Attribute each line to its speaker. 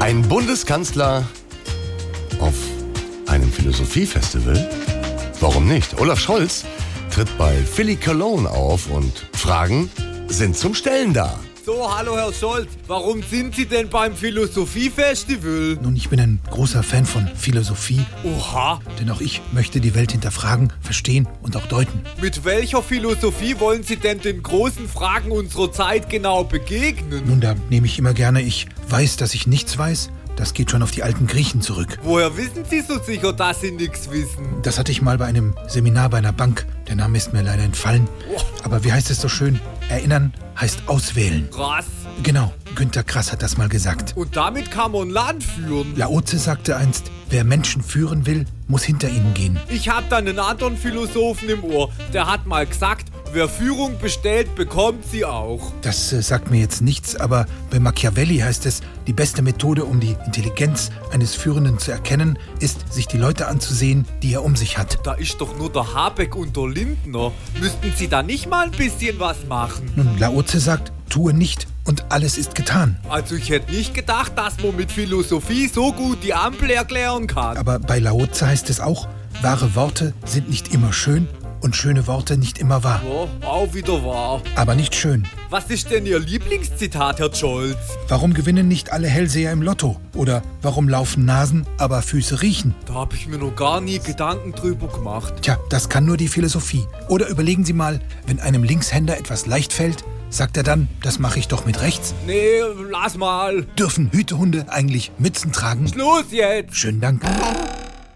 Speaker 1: Ein Bundeskanzler auf einem Philosophiefestival? Warum nicht? Olaf Scholz tritt bei Philly Cologne auf und Fragen sind zum Stellen da.
Speaker 2: So, hallo Herr Scholz, warum sind Sie denn beim Philosophiefestival?
Speaker 3: Nun, ich bin ein großer Fan von Philosophie,
Speaker 2: Oha,
Speaker 3: denn auch ich möchte die Welt hinterfragen, verstehen und auch deuten.
Speaker 2: mit welcher Philosophie wollen Sie denn den großen Fragen unserer Zeit genau begegnen?
Speaker 3: Nun, da nehme ich immer gerne, ich weiß, dass ich nichts weiß. Das geht schon auf die alten Griechen zurück.
Speaker 2: Woher wissen Sie so sicher, dass Sie nichts wissen?
Speaker 3: Das hatte ich mal bei einem Seminar bei einer Bank. Der Name ist mir leider entfallen. Aber wie heißt es so schön? Erinnern heißt auswählen.
Speaker 2: Krass.
Speaker 3: Genau, Günter Krass hat das mal gesagt.
Speaker 2: Und damit kann man Land führen.
Speaker 3: Laoze sagte einst, wer Menschen führen will, muss hinter ihnen gehen.
Speaker 2: Ich hab da einen anderen Philosophen im Ohr, der hat mal gesagt, wer Führung bestellt, bekommt sie auch.
Speaker 3: Das äh, sagt mir jetzt nichts, aber bei Machiavelli heißt es, die beste Methode, um die Intelligenz eines Führenden zu erkennen, ist, sich die Leute anzusehen, die er um sich hat.
Speaker 2: Da ist doch nur der Habeck und der Lindner. Müssten Sie da nicht mal ein bisschen was machen?
Speaker 3: Nun, Laoze sagt, tue nicht und alles ist getan.
Speaker 2: Also ich hätte nicht gedacht, dass man mit Philosophie so gut die Ampel erklären kann.
Speaker 3: Aber bei Laoze heißt es auch, wahre Worte sind nicht immer schön und schöne Worte nicht immer wahr.
Speaker 2: Ja, Oh, auch wieder wahr.
Speaker 3: Aber nicht schön.
Speaker 2: Was ist denn Ihr Lieblingszitat, Herr Scholz?
Speaker 3: Warum gewinnen nicht alle Hellseher im Lotto? Oder warum laufen Nasen, aber Füße riechen?
Speaker 2: Da habe ich mir noch gar nie Gedanken drüber gemacht.
Speaker 3: Tja, das kann nur die Philosophie. Oder überlegen Sie mal, wenn einem Linkshänder etwas leicht fällt, sagt er dann, das mache ich doch mit rechts?
Speaker 2: Nee, lass mal.
Speaker 3: Dürfen Hütehunde eigentlich Mützen tragen?
Speaker 2: Los jetzt!
Speaker 3: Schönen Dank.